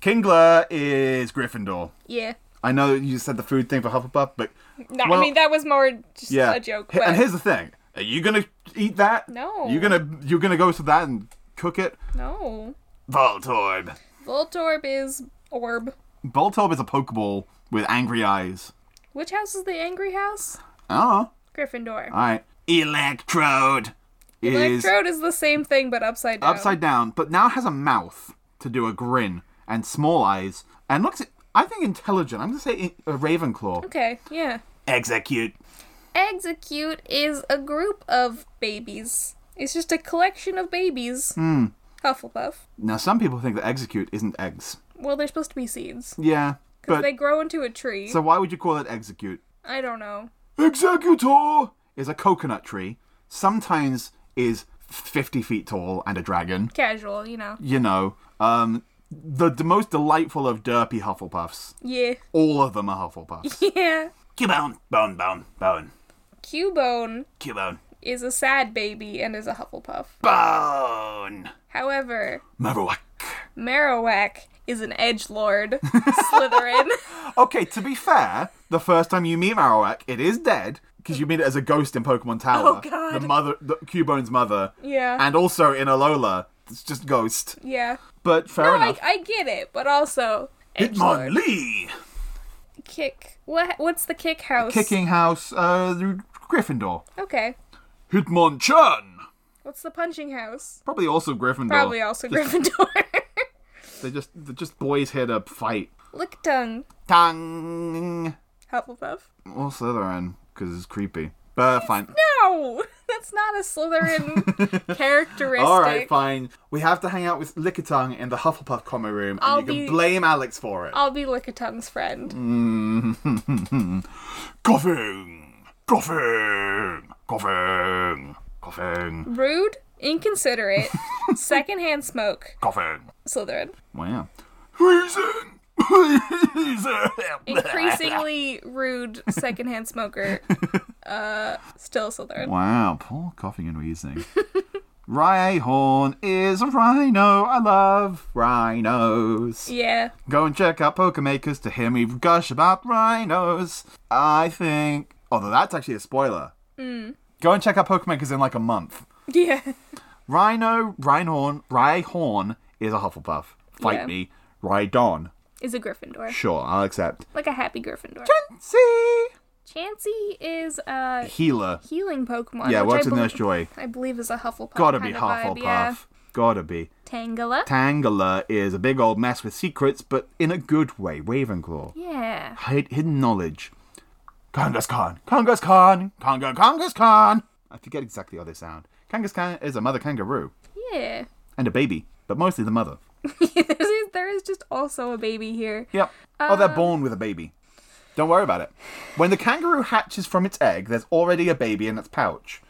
S1: Kingler is Gryffindor.
S2: Yeah.
S1: I know you said the food thing for Hufflepuff, but
S2: No,
S1: Well,
S2: I mean that was more just
S1: yeah,
S2: a joke.
S1: Hi-
S2: But
S1: And here's the thing: Are you gonna eat that?
S2: No.
S1: You're gonna you're gonna go to that and cook it.
S2: no.
S1: Voltorb.
S2: Voltorb is orb.
S1: Voltorb is a Pokeball with angry eyes.
S2: Which house is the angry house?
S1: Oh,
S2: Gryffindor.
S1: all right. Electrode is
S2: Electrode is the same thing but upside down.
S1: upside down, but now has a mouth to do a grin and small eyes and looks. I think intelligent. I'm gonna say i- a Ravenclaw.
S2: Okay, yeah.
S1: Execute.
S2: Execute is a group of babies. It's just a collection of babies. Hmm. Hufflepuff.
S1: Now some people think that execute isn't eggs.
S2: Well, they're supposed to be seeds.
S1: Yeah,
S2: Because
S1: but
S2: they grow into a tree.
S1: so why would you call it execute?
S2: I don't know.
S1: Executor is a coconut tree. Sometimes is 50 feet tall and a dragon.
S2: Casual, you know.
S1: You know, um, the, the most delightful of derpy Hufflepuffs.
S2: Yeah.
S1: All of them are Hufflepuffs.
S2: Yeah.
S1: Cubone, bone, bone, bone,
S2: Cubone
S1: Cubone,
S2: is a sad baby and is a Hufflepuff.
S1: bone.
S2: However,
S1: Marowak.
S2: Marowak is an edge lord. Slytherin.
S1: Okay, to be fair, the first time you meet Marowak, it is dead because you meet it as a ghost in Pokemon Tower.
S2: Oh,
S1: The
S2: God.
S1: mother, the, Cubone's mother,
S2: Yeah.
S1: and also in Alola, it's just ghost.
S2: yeah.
S1: But fair
S2: No,
S1: enough.
S2: I, I get it, but also edgelord.
S1: Lee.
S2: kick. What? What's the kick house?
S1: Kicking house, uh, Gryffindor.
S2: Okay.
S1: Hitmonchan.
S2: What's the punching house?
S1: Probably also Gryffindor.
S2: Probably also Gryffindor.
S1: They just, they're just boys here to fight.
S2: Lick tongue.
S1: Tang.
S2: Hufflepuff.
S1: Or Slytherin, because it's creepy. But fine.
S2: No, that's not a Slytherin characteristic.
S1: All right, fine. We have to hang out with Lickitung in the Hufflepuff common room, and
S2: I'll
S1: you can
S2: be-
S1: blame Alex for it.
S2: I'll be Lickitun's friend.
S1: Coughing, coughing, coughing, coughing.
S2: Rude, inconsiderate, Secondhand smoke.
S1: Coffin.
S2: Slytherin.
S1: Wow. Reason. Reason.
S2: Increasingly rude secondhand smoker. Uh, still Slytherin.
S1: Wow, Paul coughing and wheezing. Rhyhorn is a rhino. I love rhinos.
S2: Yeah.
S1: Go and check out Pokemakers to hear me gush about rhinos. I think. Although that's actually a spoiler.
S2: Mm.
S1: Go and check out Pokemakers in like a month.
S2: Yeah.
S1: Rhino, Rhinehorn, Rhyhorn is a Hufflepuff. Fight
S2: Yeah.
S1: me. Rhydon.
S2: Is a Gryffindor.
S1: Sure, I'll accept.
S2: Like a happy Gryffindor.
S1: See?
S2: Chansey is a
S1: Healer.
S2: healing Pokemon.
S1: Yeah,
S2: which
S1: what's
S2: I
S1: in
S2: bel-
S1: Nurse Joy?
S2: I believe is a Hufflepuff.
S1: Gotta be
S2: kind of vibe,
S1: Hufflepuff.
S2: yeah.
S1: Gotta be.
S2: Tangela.
S1: Tangela is a big old mess with secrets, but in a good way. Ravenclaw.
S2: yeah.
S1: Hide hidden knowledge. Kangaskhan, Kangaskhan, Kanga, Kangaskhan. I forget exactly how they sound. Kangaskhan is a mother kangaroo
S2: Yeah.
S1: and a baby, but mostly the mother.
S2: there is there is just also a baby here.
S1: Yep. oh, they're born with a baby. Don't worry about it. When the kangaroo hatches from its egg, there's already a baby in its pouch.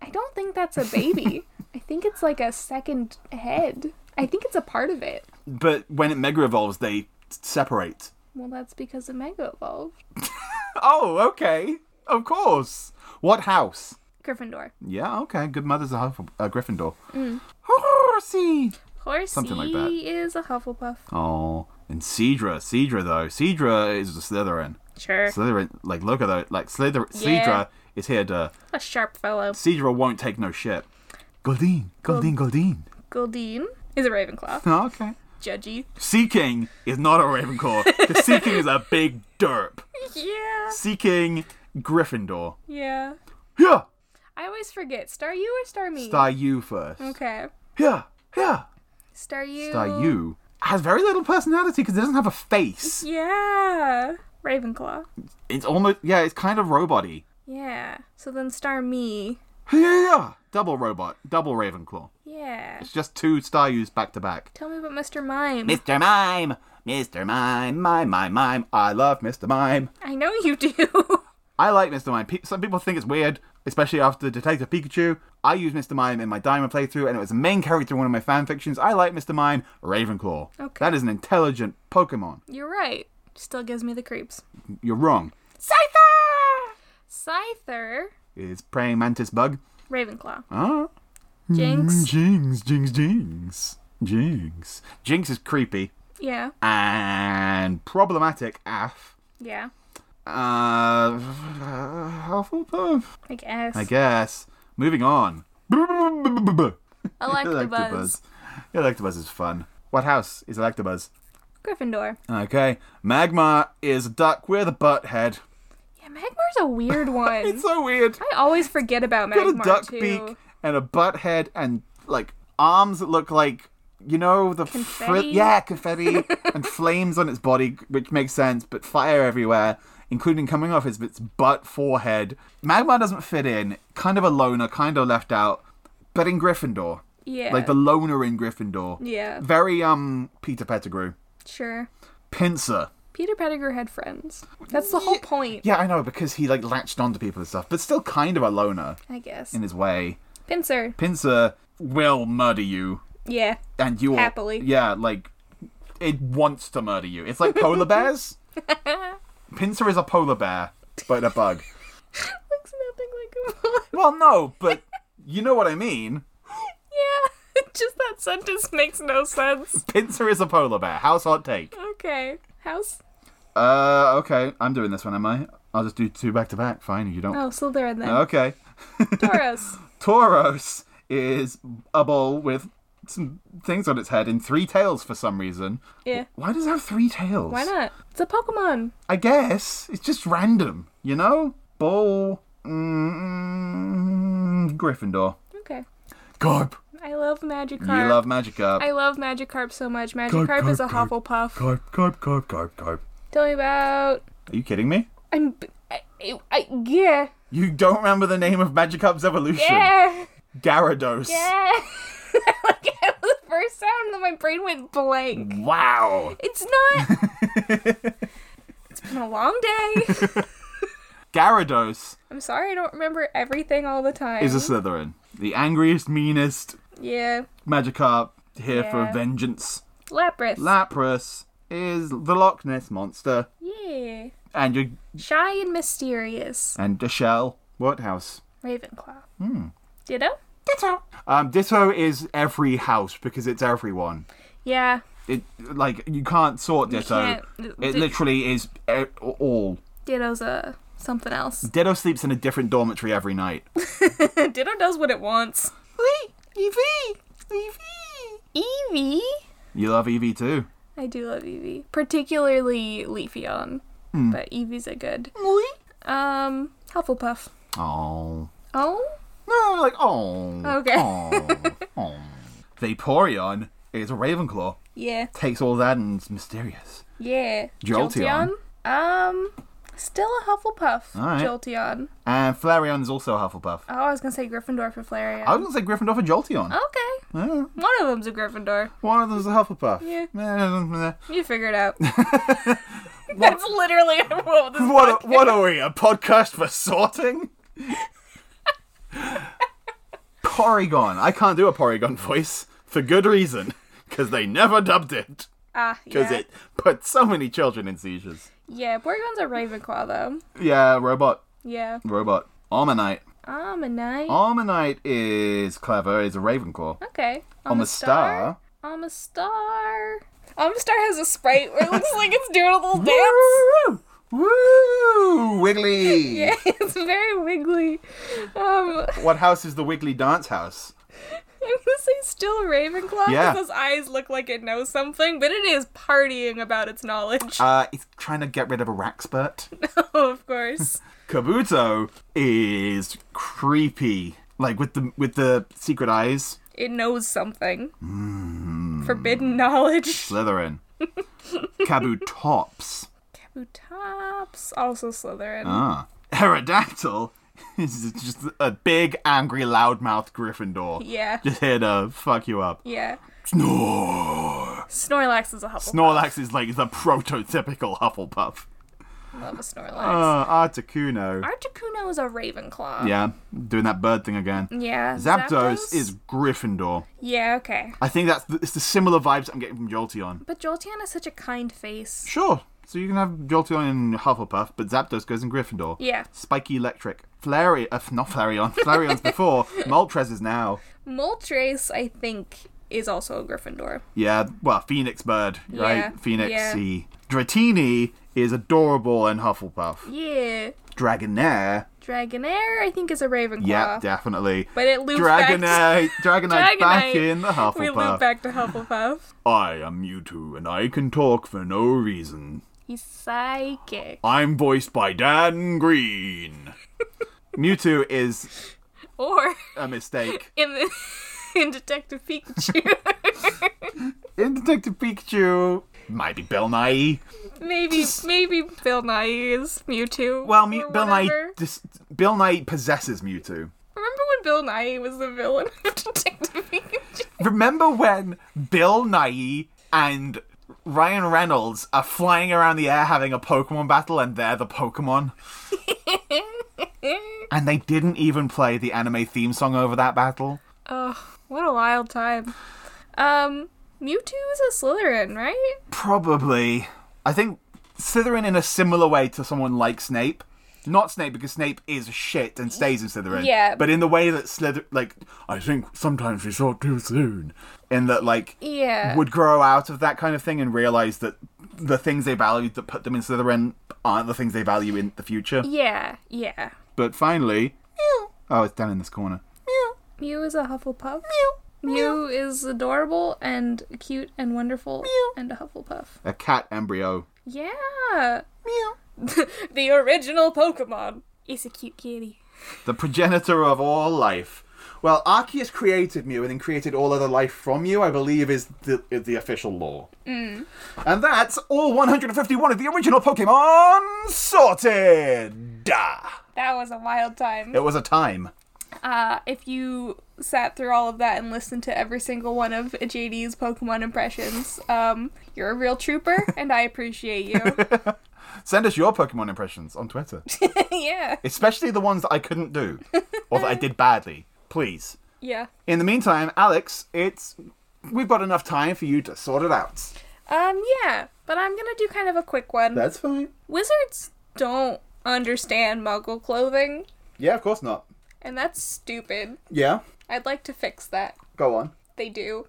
S2: I don't think that's a baby. I think it's like a second head. I think it's a part of it.
S1: But when it mega evolves, they separate.
S2: Well, that's because the Mega evolved.
S1: Oh, okay. Of course. What house?
S2: Gryffindor.
S1: Yeah, okay. Good mother's a, Huff- a Gryffindor. Horsey!
S2: Horsey
S1: Something like that.
S2: is a Hufflepuff.
S1: Oh, and Cedra. Cedra, though. Cedra is a Slytherin.
S2: Sure.
S1: Slytherin, like, look at though. Like, Slither-
S2: Yeah.
S1: Cedra is here to.
S2: A sharp fellow.
S1: Cedra won't take no shit. Goldeen, Goldeen, Goldeen.
S2: Goldeen is a Ravenclaw.
S1: Oh, okay.
S2: Judgy.
S1: Seeking is not a Ravenclaw. 'cause Seeking is a big derp.
S2: Yeah.
S1: Seeking Gryffindor.
S2: Yeah.
S1: Yeah.
S2: I always forget. Star you or Star me?
S1: Star you first.
S2: Okay.
S1: Yeah. Yeah.
S2: Star you.
S1: Star you has very little personality because it doesn't have a face.
S2: Yeah. Ravenclaw.
S1: It's almost yeah. It's kind of roboty.
S2: Yeah. So then Star me.
S1: Yeah, Yeah. yeah. Double robot. Double Ravenclaw.
S2: Yeah.
S1: It's just two Star yous back to back.
S2: Tell me about Mr. Mime.
S1: Mr. Mime. Mr. Mime. Mime. Mime. Mime. I love Mr. Mime.
S2: I know you do.
S1: I like Mr. Mime. Pe- Some people think it's weird, especially after Detective Pikachu. I used Mr. Mime in my Diamond playthrough, and it was a main character in one of my fanfictions. I like Mr. Mime, Ravenclaw.
S2: Okay.
S1: That is an intelligent Pokemon.
S2: You're right. Still gives me the creeps.
S1: You're wrong.
S2: Scyther! Scyther.
S1: Is praying mantis bug?
S2: Ravenclaw.
S1: Huh? Hmm.
S2: Jinx.
S1: Jinx, jinx, jinx, jinx. Jinx is creepy
S2: Yeah.
S1: and problematic. Af.
S2: Yeah.
S1: Uh, Hufflepuff.
S2: I guess.
S1: I guess. Moving on.
S2: Electabuzz.
S1: Electabuzz is fun. What house is Electabuzz?
S2: Gryffindor.
S1: Okay. Magmar is a duck with a butt head.
S2: Yeah, Magmar's a weird one.
S1: It's so weird.
S2: I always forget about
S1: Got a
S2: Magmar
S1: duck
S2: too.
S1: beak and a butt head and like arms that look like you know the fr-
S2: Confetti?
S1: yeah confetti and flames on its body, which makes sense, but fire everywhere, including coming off its its butt forehead. Magmar doesn't fit in. Kind of a loner, kind of left out, but in Gryffindor,
S2: Yeah.
S1: like the loner in Gryffindor.
S2: Yeah.
S1: Very um Peter Pettigrew.
S2: Sure.
S1: Pincer.
S2: Peter Pettigrew had friends. That's the whole point.
S1: Yeah, I know because he like latched onto people and stuff, but still kind of a loner
S2: I guess.
S1: in his way.
S2: Pincer.
S1: Pincer will murder you,
S2: Yeah.
S1: and you will
S2: Happily.
S1: Yeah, like it wants to murder you. It's like polar bears. Pincer is a polar bear, but a bug.
S2: Looks nothing like a mole.
S1: Well, no, but you know what I mean.
S2: Yeah. Just that sentence makes no sense.
S1: Pincer is a polar bear. House hot take.
S2: Okay. House?
S1: Uh, okay, I'm doing this one, am I? I'll just do two back to back. Fine, you don't.
S2: Oh, Slytherin then.
S1: Okay.
S2: Tauros.
S1: Tauros is a ball with some things on its head and three tails for some reason.
S2: Yeah.
S1: Why does it have three tails?
S2: Why not? It's a Pokemon.
S1: I guess it's just random, you know. Ball. Mm, Gryffindor.
S2: Okay.
S1: Garp.
S2: I love Magikarp.
S1: You love Magikarp.
S2: I love Magikarp so much. Magikarp is a
S1: Garp,
S2: Hufflepuff.
S1: Garp, Garp, Garp, Garp, Garp.
S2: Tell me about.
S1: Are you kidding me?
S2: I'm. I, I, I- yeah.
S1: You don't remember the name of Magikarp's evolution?
S2: Yeah.
S1: Gyarados.
S2: Yeah. like, it was the first sound that my brain went blank.
S1: Wow.
S2: It's not. it's been a long day.
S1: Gyarados
S2: I'm sorry I don't remember everything all the time.
S1: is a Slytherin. The angriest, meanest
S2: Yeah.
S1: Magikarp here for
S2: Yeah.
S1: vengeance.
S2: Lapras.
S1: Lapras is the Loch Ness monster,
S2: yeah.
S1: and you
S2: Shy and mysterious.
S1: and a shell. What house?
S2: Ravenclaw. Hmm. Ditto?
S1: Um, Ditto is every house because it's everyone.
S2: Yeah.
S1: It like you can't sort Ditto.
S2: can't-
S1: It
S2: Di-
S1: literally is e- all.
S2: Ditto's uh, something else.
S1: Ditto sleeps in a different dormitory every night.
S2: Ditto does what it wants.
S1: Eevee, Eevee.
S2: Eevee?
S1: You love Eevee too.
S2: I do love Eevee. Particularly Leafeon.
S1: Hmm.
S2: But Eevees are good. Um, Hufflepuff.
S1: Oh.
S2: Oh?
S1: No, like oh.
S2: Okay.
S1: Oh. oh. Vaporeon is a Ravenclaw.
S2: Yeah.
S1: Takes all that and it's mysterious.
S2: Yeah.
S1: Jolteon.
S2: Jolteon? Um, still a Hufflepuff.
S1: All right.
S2: Jolteon.
S1: And Flareon is also a Hufflepuff.
S2: Oh, I was gonna say Gryffindor for Flareon.
S1: I was gonna say Gryffindor for Jolteon.
S2: okay.
S1: Yeah.
S2: One of them's a Gryffindor.
S1: One of them's a Hufflepuff.
S2: Oh. Yeah.
S1: Yeah.
S2: You figure it out. That's literally what this
S1: What, a, what are we, a podcast for sorting? Porygon. I can't do a Porygon voice for good reason. Because they never dubbed it.
S2: Ah,
S1: Because
S2: yeah.
S1: it put so many children in seizures.
S2: Yeah, Borgon's a Ravenclaw though.
S1: Yeah, robot.
S2: Yeah.
S1: Robot. Armonite.
S2: Um, a knight.
S1: Armonite is clever, is a Ravenclaw.
S2: okay.
S1: I'm a star.
S2: I'm a star. I'm a star has a sprite where it looks like it's doing a little dance.
S1: Woo! Wiggly!
S2: Yeah, it's very wiggly. Um,
S1: What house is the Wiggly Dance House?
S2: I'm gonna say still Ravenclaw
S1: Yeah.
S2: because those eyes look like it knows something, but it is partying about its knowledge.
S1: Uh, he's trying to get rid of a Raxpert.
S2: oh, of course.
S1: Kabuto is creepy, like with the with the secret eyes.
S2: It knows something.
S1: Hmm.
S2: Forbidden knowledge.
S1: Slytherin. Kabutops.
S2: Kabutops, also Slytherin.
S1: Ah. Aerodactyl is just a big, angry, loudmouth Gryffindor.
S2: Yeah.
S1: Just here to fuck you up.
S2: Yeah.
S1: Snore.
S2: Snorlax is a Hufflepuff.
S1: Snorlax is like the prototypical Hufflepuff.
S2: Love a Snorlax.
S1: Ah, Articuno.
S2: Articuno is a Ravenclaw.
S1: Yeah, doing that bird thing again.
S2: Yeah.
S1: Zapdos, is Gryffindor.
S2: Yeah, okay.
S1: I think that's the, it's the similar vibes I'm getting from Jolteon.
S2: But Jolteon has such a kind face.
S1: Sure. So you can have Jolteon in Hufflepuff, but Zapdos goes in Gryffindor.
S2: Yeah.
S1: Spiky Electric. Flareon. Uh, not Flareon. Flareon's before. Moltres is now.
S2: Moltres, I think, is also a Gryffindor.
S1: Yeah, well, Phoenix Bird,
S2: Yeah,
S1: right? Phoenix
S2: yeah.
S1: C. Dratini is adorable in Hufflepuff.
S2: Yeah.
S1: Dragonair.
S2: Dragonair, I think, is a Ravenclaw.
S1: Yeah, definitely.
S2: But it loops back.
S1: Dragonair, Dragonite back
S2: Dragonite.
S1: in the
S2: To, we loop
S1: Hufflepuff.
S2: back to Hufflepuff.
S1: I am Mewtwo, and I can talk for no reason.
S2: He's psychic.
S1: I'm voiced by Dan Green. Mewtwo is
S2: Or
S1: a mistake.
S2: in the, in Detective Pikachu,
S1: In Detective Pikachu, might be Bill Nye.
S2: maybe maybe Bill Nye is Mewtwo.
S1: Well, Mew-
S2: or
S1: Bill Nye,
S2: whatever.
S1: dis- Bill Nye possesses Mewtwo.
S2: Remember when Bill Nye was the villain of Detective Pikachu?
S1: Remember when Bill Nye and Ryan Reynolds are flying around the air having a Pokemon battle, and they're the Pokemon, and they didn't even play the anime theme song over that battle.
S2: oh, what a wild time. Um, Mewtwo is a Slytherin, right?
S1: Probably. I think Slytherin in a similar way to someone like Snape. Not Snape because Snape is shit and stays in Slytherin.
S2: Yeah.
S1: But in the way that Slytherin, like, I think sometimes we saw too soon. In that, like,
S2: Yeah.
S1: would grow out of that kind of thing and realize that the things they valued that put them in Slytherin aren't the things they value in the future.
S2: yeah, yeah.
S1: But finally, oh, it's down in this corner.
S2: Mew is a Hufflepuff. Mew. Mew is adorable and cute and wonderful and a Hufflepuff.
S1: A cat embryo.
S2: Yeah. Mew. the original Pokemon. It's a cute kitty.
S1: the progenitor of all life. Well, Arceus created Mew and then created all other life from Mew, I believe, is the, is the official law. And that's all 151 of the original Pokemon sorted! Ah,
S2: That was a wild time.
S1: It was a time.
S2: Uh, if you sat through all of that and listened to every single one of JD's Pokemon impressions, um, you're a real trooper, and I appreciate you.
S1: Send us your Pokemon impressions on Twitter,
S2: yeah.
S1: especially the ones that I couldn't do or that I did badly. Please.
S2: Yeah.
S1: In the meantime, Alex, it's we've got enough time for you to sort it out.
S2: Um, yeah, but I'm gonna do kind of a quick one.
S1: That's fine.
S2: Wizards don't understand muggle clothing,
S1: Yeah, of course not.
S2: and that's stupid.
S1: Yeah,
S2: I'd like to fix that.
S1: go on.
S2: They do.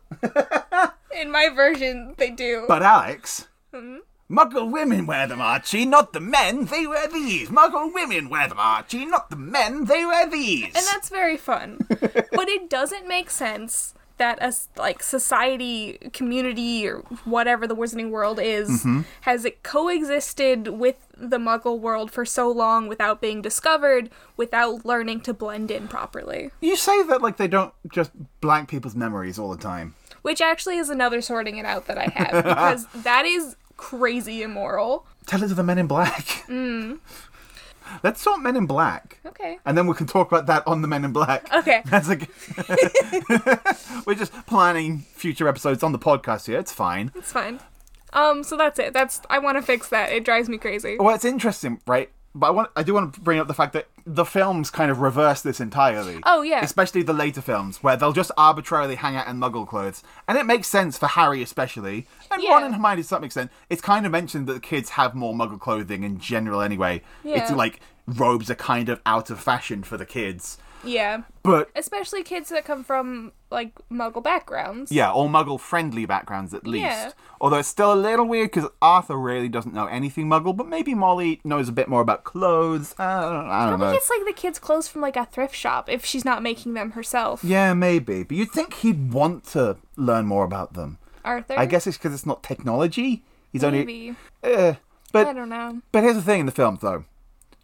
S2: In my version, they do.
S1: But Alex,
S2: Hmm?
S1: Muggle women wear them, Archie, not the men. They wear these. Muggle women wear them, Archie, not the men. They wear these.
S2: and that's very fun. but it doesn't make sense that a s- like society, community, or whatever the Wizarding world is, has it coexisted with the Muggle world for so long without being discovered, without learning to blend in properly.
S1: you say that like they don't just blank people's memories all the time.
S2: Which actually is another sorting it out that I have because that is crazy immoral.
S1: Tell it to the Men in Black.
S2: Hmm.
S1: Let's sort Men in Black,
S2: Okay.
S1: and then we can talk about that on the Men in Black.
S2: Okay.
S1: That's like we're just planning future episodes on the podcast here. It's fine.
S2: It's fine. Um, so that's it. That's I want to fix that. It drives me crazy.
S1: Well, it's interesting, right? But I want I do want to bring up the fact that the films kind of reverse this entirely.
S2: Oh, yeah.
S1: Especially the later films where they'll just arbitrarily hang out in muggle clothes. And it makes sense for Harry especially. And
S2: Yeah.
S1: Ron and Hermione to some extent. It's kind of mentioned that the kids have more muggle clothing in general anyway. It's
S2: Yeah.
S1: like robes are kind of out of fashion for the kids.
S2: Yeah.
S1: But
S2: Especially kids that come from like muggle backgrounds.
S1: yeah, all muggle friendly backgrounds at least.
S2: Yeah.
S1: Although it's still a little weird because Arthur really doesn't know anything muggle, but maybe Molly knows a bit more about clothes. I don't, I don't
S2: I
S1: know.
S2: think it's like the kids' clothes from like a thrift shop if she's not making them herself.
S1: Yeah, maybe. But you'd think he'd want to learn more about them.
S2: Arthur.
S1: I guess e- it's because it's not technology. He's
S2: maybe.
S1: only. Uh,
S2: I
S1: but
S2: don't know.
S1: but here's the thing in the film though,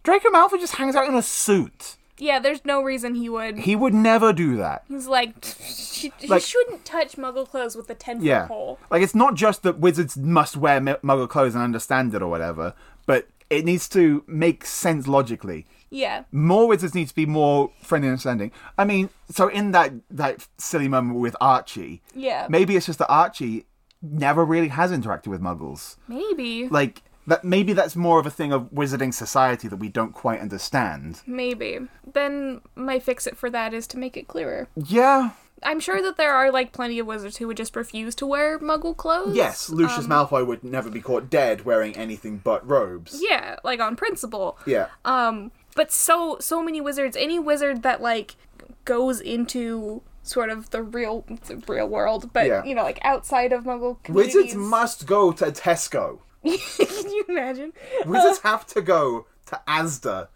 S1: Draco Malfoy just hangs out in a suit.
S2: Yeah, there's no reason he would.
S1: He would never do that.
S2: He's like, she, he
S1: Like-
S2: shouldn't touch muggle clothes with a ten foot
S1: Yeah,
S2: pole.
S1: like it's not just that wizards must wear mu- muggle clothes and understand it or whatever, but it needs to make sense logically.
S2: Yeah.
S1: more wizards need to be more friendly and understanding. I mean, so in that that silly moment with Archie,
S2: Yeah.
S1: maybe it's just that Archie never really has interacted with Muggles.
S2: Maybe.
S1: Like that, maybe that's more of a thing of wizarding society that we don't quite understand.
S2: Maybe. Then my fix it for that is to make it clearer.
S1: Yeah.
S2: I'm sure that there are like plenty of wizards who would just refuse to wear muggle clothes.
S1: Yes, Lucius Malfoy would never be caught dead wearing anything but robes.
S2: Yeah, like on principle.
S1: Yeah.
S2: Um but so so many wizards, any wizard that like goes into sort of the real the real world, but
S1: Yeah.
S2: you know, like outside of muggle communities.
S1: Wizards must go to Tesco.
S2: Can you imagine?
S1: Wizards have to go to Asda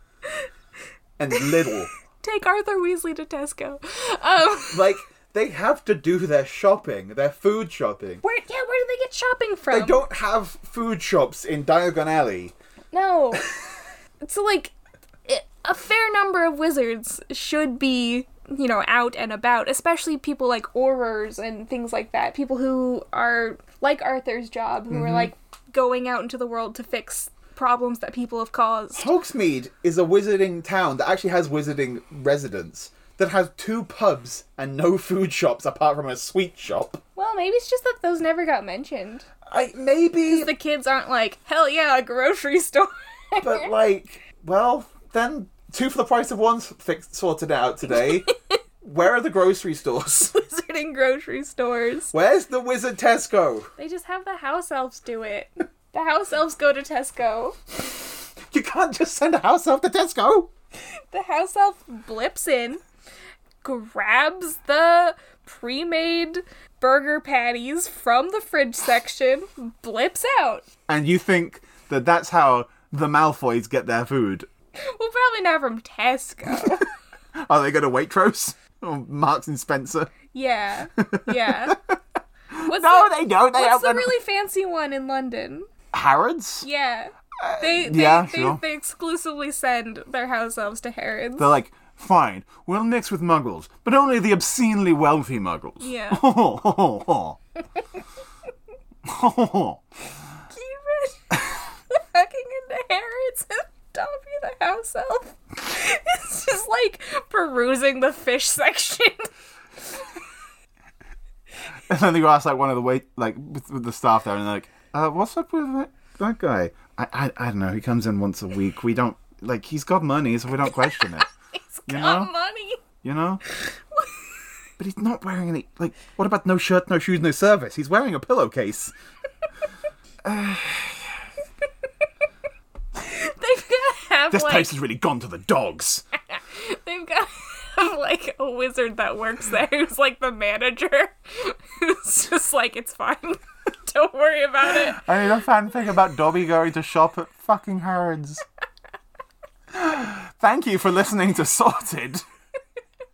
S1: and Lidl.
S2: Take Arthur Weasley to Tesco. Um
S1: like they have to do their shopping, their food shopping.
S2: where yeah, where do they get shopping from?
S1: They don't have food shops in Diagon Alley.
S2: No. so like i- a fair number of wizards should be, you know, out and about, especially people like aurors and things like that. People who are like Arthur's job, who are like going out into the world to fix problems that people have caused.
S1: Hogsmeade is a wizarding town that actually has wizarding residents that has two pubs and no food shops apart from a sweet shop.
S2: Well, maybe it's just that those never got mentioned.
S1: I maybe,
S2: The kids aren't like, "Hell yeah, a grocery store."
S1: but like, well, then two for the price of one fix, sorted out today. Where are the grocery stores?
S2: Wizarding grocery stores.
S1: Where's the wizard Tesco?
S2: They just have the house elves do it. The house elves go to Tesco.
S1: You can't just send a house elf to Tesco.
S2: The house elf blips in, grabs the pre made burger patties from the fridge section, blips out.
S1: And you think that that's how the Malfoys get their food?
S2: Well, probably not from Tesco.
S1: Are they going to Waitrose or Marks and Spencer?
S2: yeah. Yeah. What's
S1: No,
S2: the,
S1: they don't. They
S2: what's the
S1: open
S2: really fancy one in London?
S1: Harrods.
S2: Yeah. They, they,
S1: Uh, yeah,
S2: they,
S1: sure.
S2: they exclusively send their house elves to Harrods.
S1: They're like, fine, we'll mix with Muggles, but only the obscenely wealthy Muggles.
S2: Yeah.
S1: Ho, ho, ho, ho. Ho, ho, ho.
S2: Can you imagine fucking into Harrods and Dobby the house elf? It's just like perusing the fish section.
S1: and then you ask like one of the wait, like with, with the staff there, and they're like, uh, what's up with that, that guy? I, I I don't know. He comes in once a week. We don't like he's got money, so we don't question it.
S2: He's
S1: You
S2: got
S1: know?
S2: money.
S1: You know? But he's not wearing any. Like, what about no shirt, no shoes, no service? He's wearing a pillowcase.
S2: They've got to have
S1: This
S2: like
S1: place has really gone to the dogs.
S2: they've got to have like a wizard that works there who's like the manager. Who's just like it's fine. Don't worry about it.
S1: I need a fanfic about Dobby going to shop at fucking Harrods. Thank you for listening to Sorted.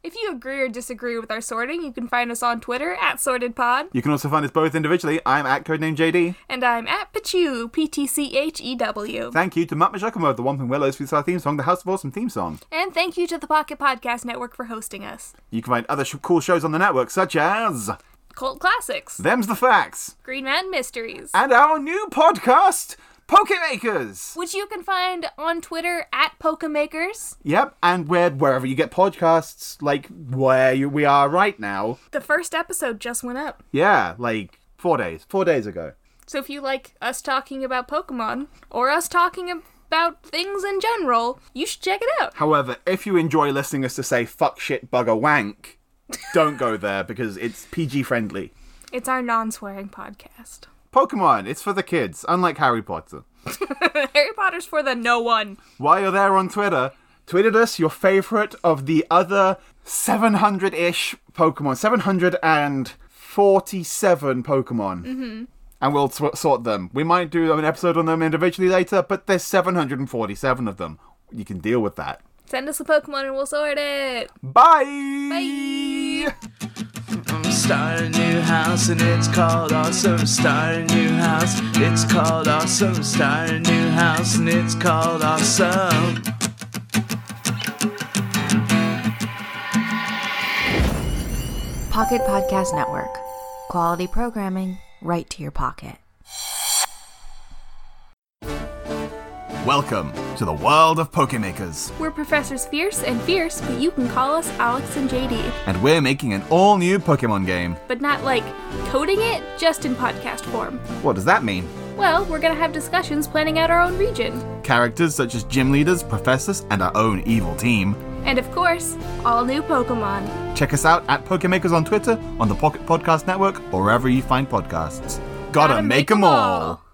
S2: If you agree or disagree with our sorting, you can find us on Twitter at SortedPod,
S1: You can also find us both individually. I'm at Codename JD.
S2: and I'm at Pachew, P T C H E W.
S1: Thank you to Matt Majakamo of the Wampum Willows for our theme song, the House of Awesome theme song.
S2: And thank you to the Pocket Podcast Network for hosting us.
S1: You can find other sh- cool shows on the network, such as
S2: Cult Classics,
S1: Them's the Facts
S2: Green Man Mysteries,
S1: and our new podcast, Pokemakers.
S2: which you can find on Twitter at Pokemakers.
S1: Yep, and where wherever you get podcasts, like where you, we are right now.
S2: The first episode just went up.
S1: Yeah, like four days, four days ago.
S2: So if you like us talking about Pokemon or us talking about things in general, you should check it out.
S1: However, if you enjoy listening us to say fuck shit bugger wank, don't go there because it's PG friendly.
S2: It's our non-swearing podcast.
S1: Pokemon, it's for the kids, unlike Harry Potter.
S2: Harry Potter's for the no one.
S1: While you're there on Twitter, tweeted us your favorite of the other 700 ish Pokemon, 747 Pokemon. Mm-hmm. And we'll sw- sort them. We might do an episode on them individually later, but there's 747 of them. You can deal with that.
S2: Send us a Pokemon and we'll sort it.
S1: Bye!
S2: Bye.
S3: I'm starting a new house and it's called awesome. Starting a new house, it's called awesome. Starting a new house and it's called awesome.
S4: Pocket Podcast Network. Quality programming right to your pocket.
S1: Welcome to the world of Pokemakers.
S2: We're Professors Fierce and Fierce, but you can call us Alex and JD.
S1: and we're making an all new Pokemon game.
S2: But not like coding it, just in podcast form.
S1: What does that mean?
S2: Well, we're gonna have discussions planning out our own region.
S1: Characters such as gym leaders, professors, and our own evil team.
S2: And of course, all new Pokemon.
S1: Check us out at Pokemakers on Twitter, on the Pocket Podcast Network, or wherever you find podcasts. Gotta, 'em
S2: Gotta make 'em all.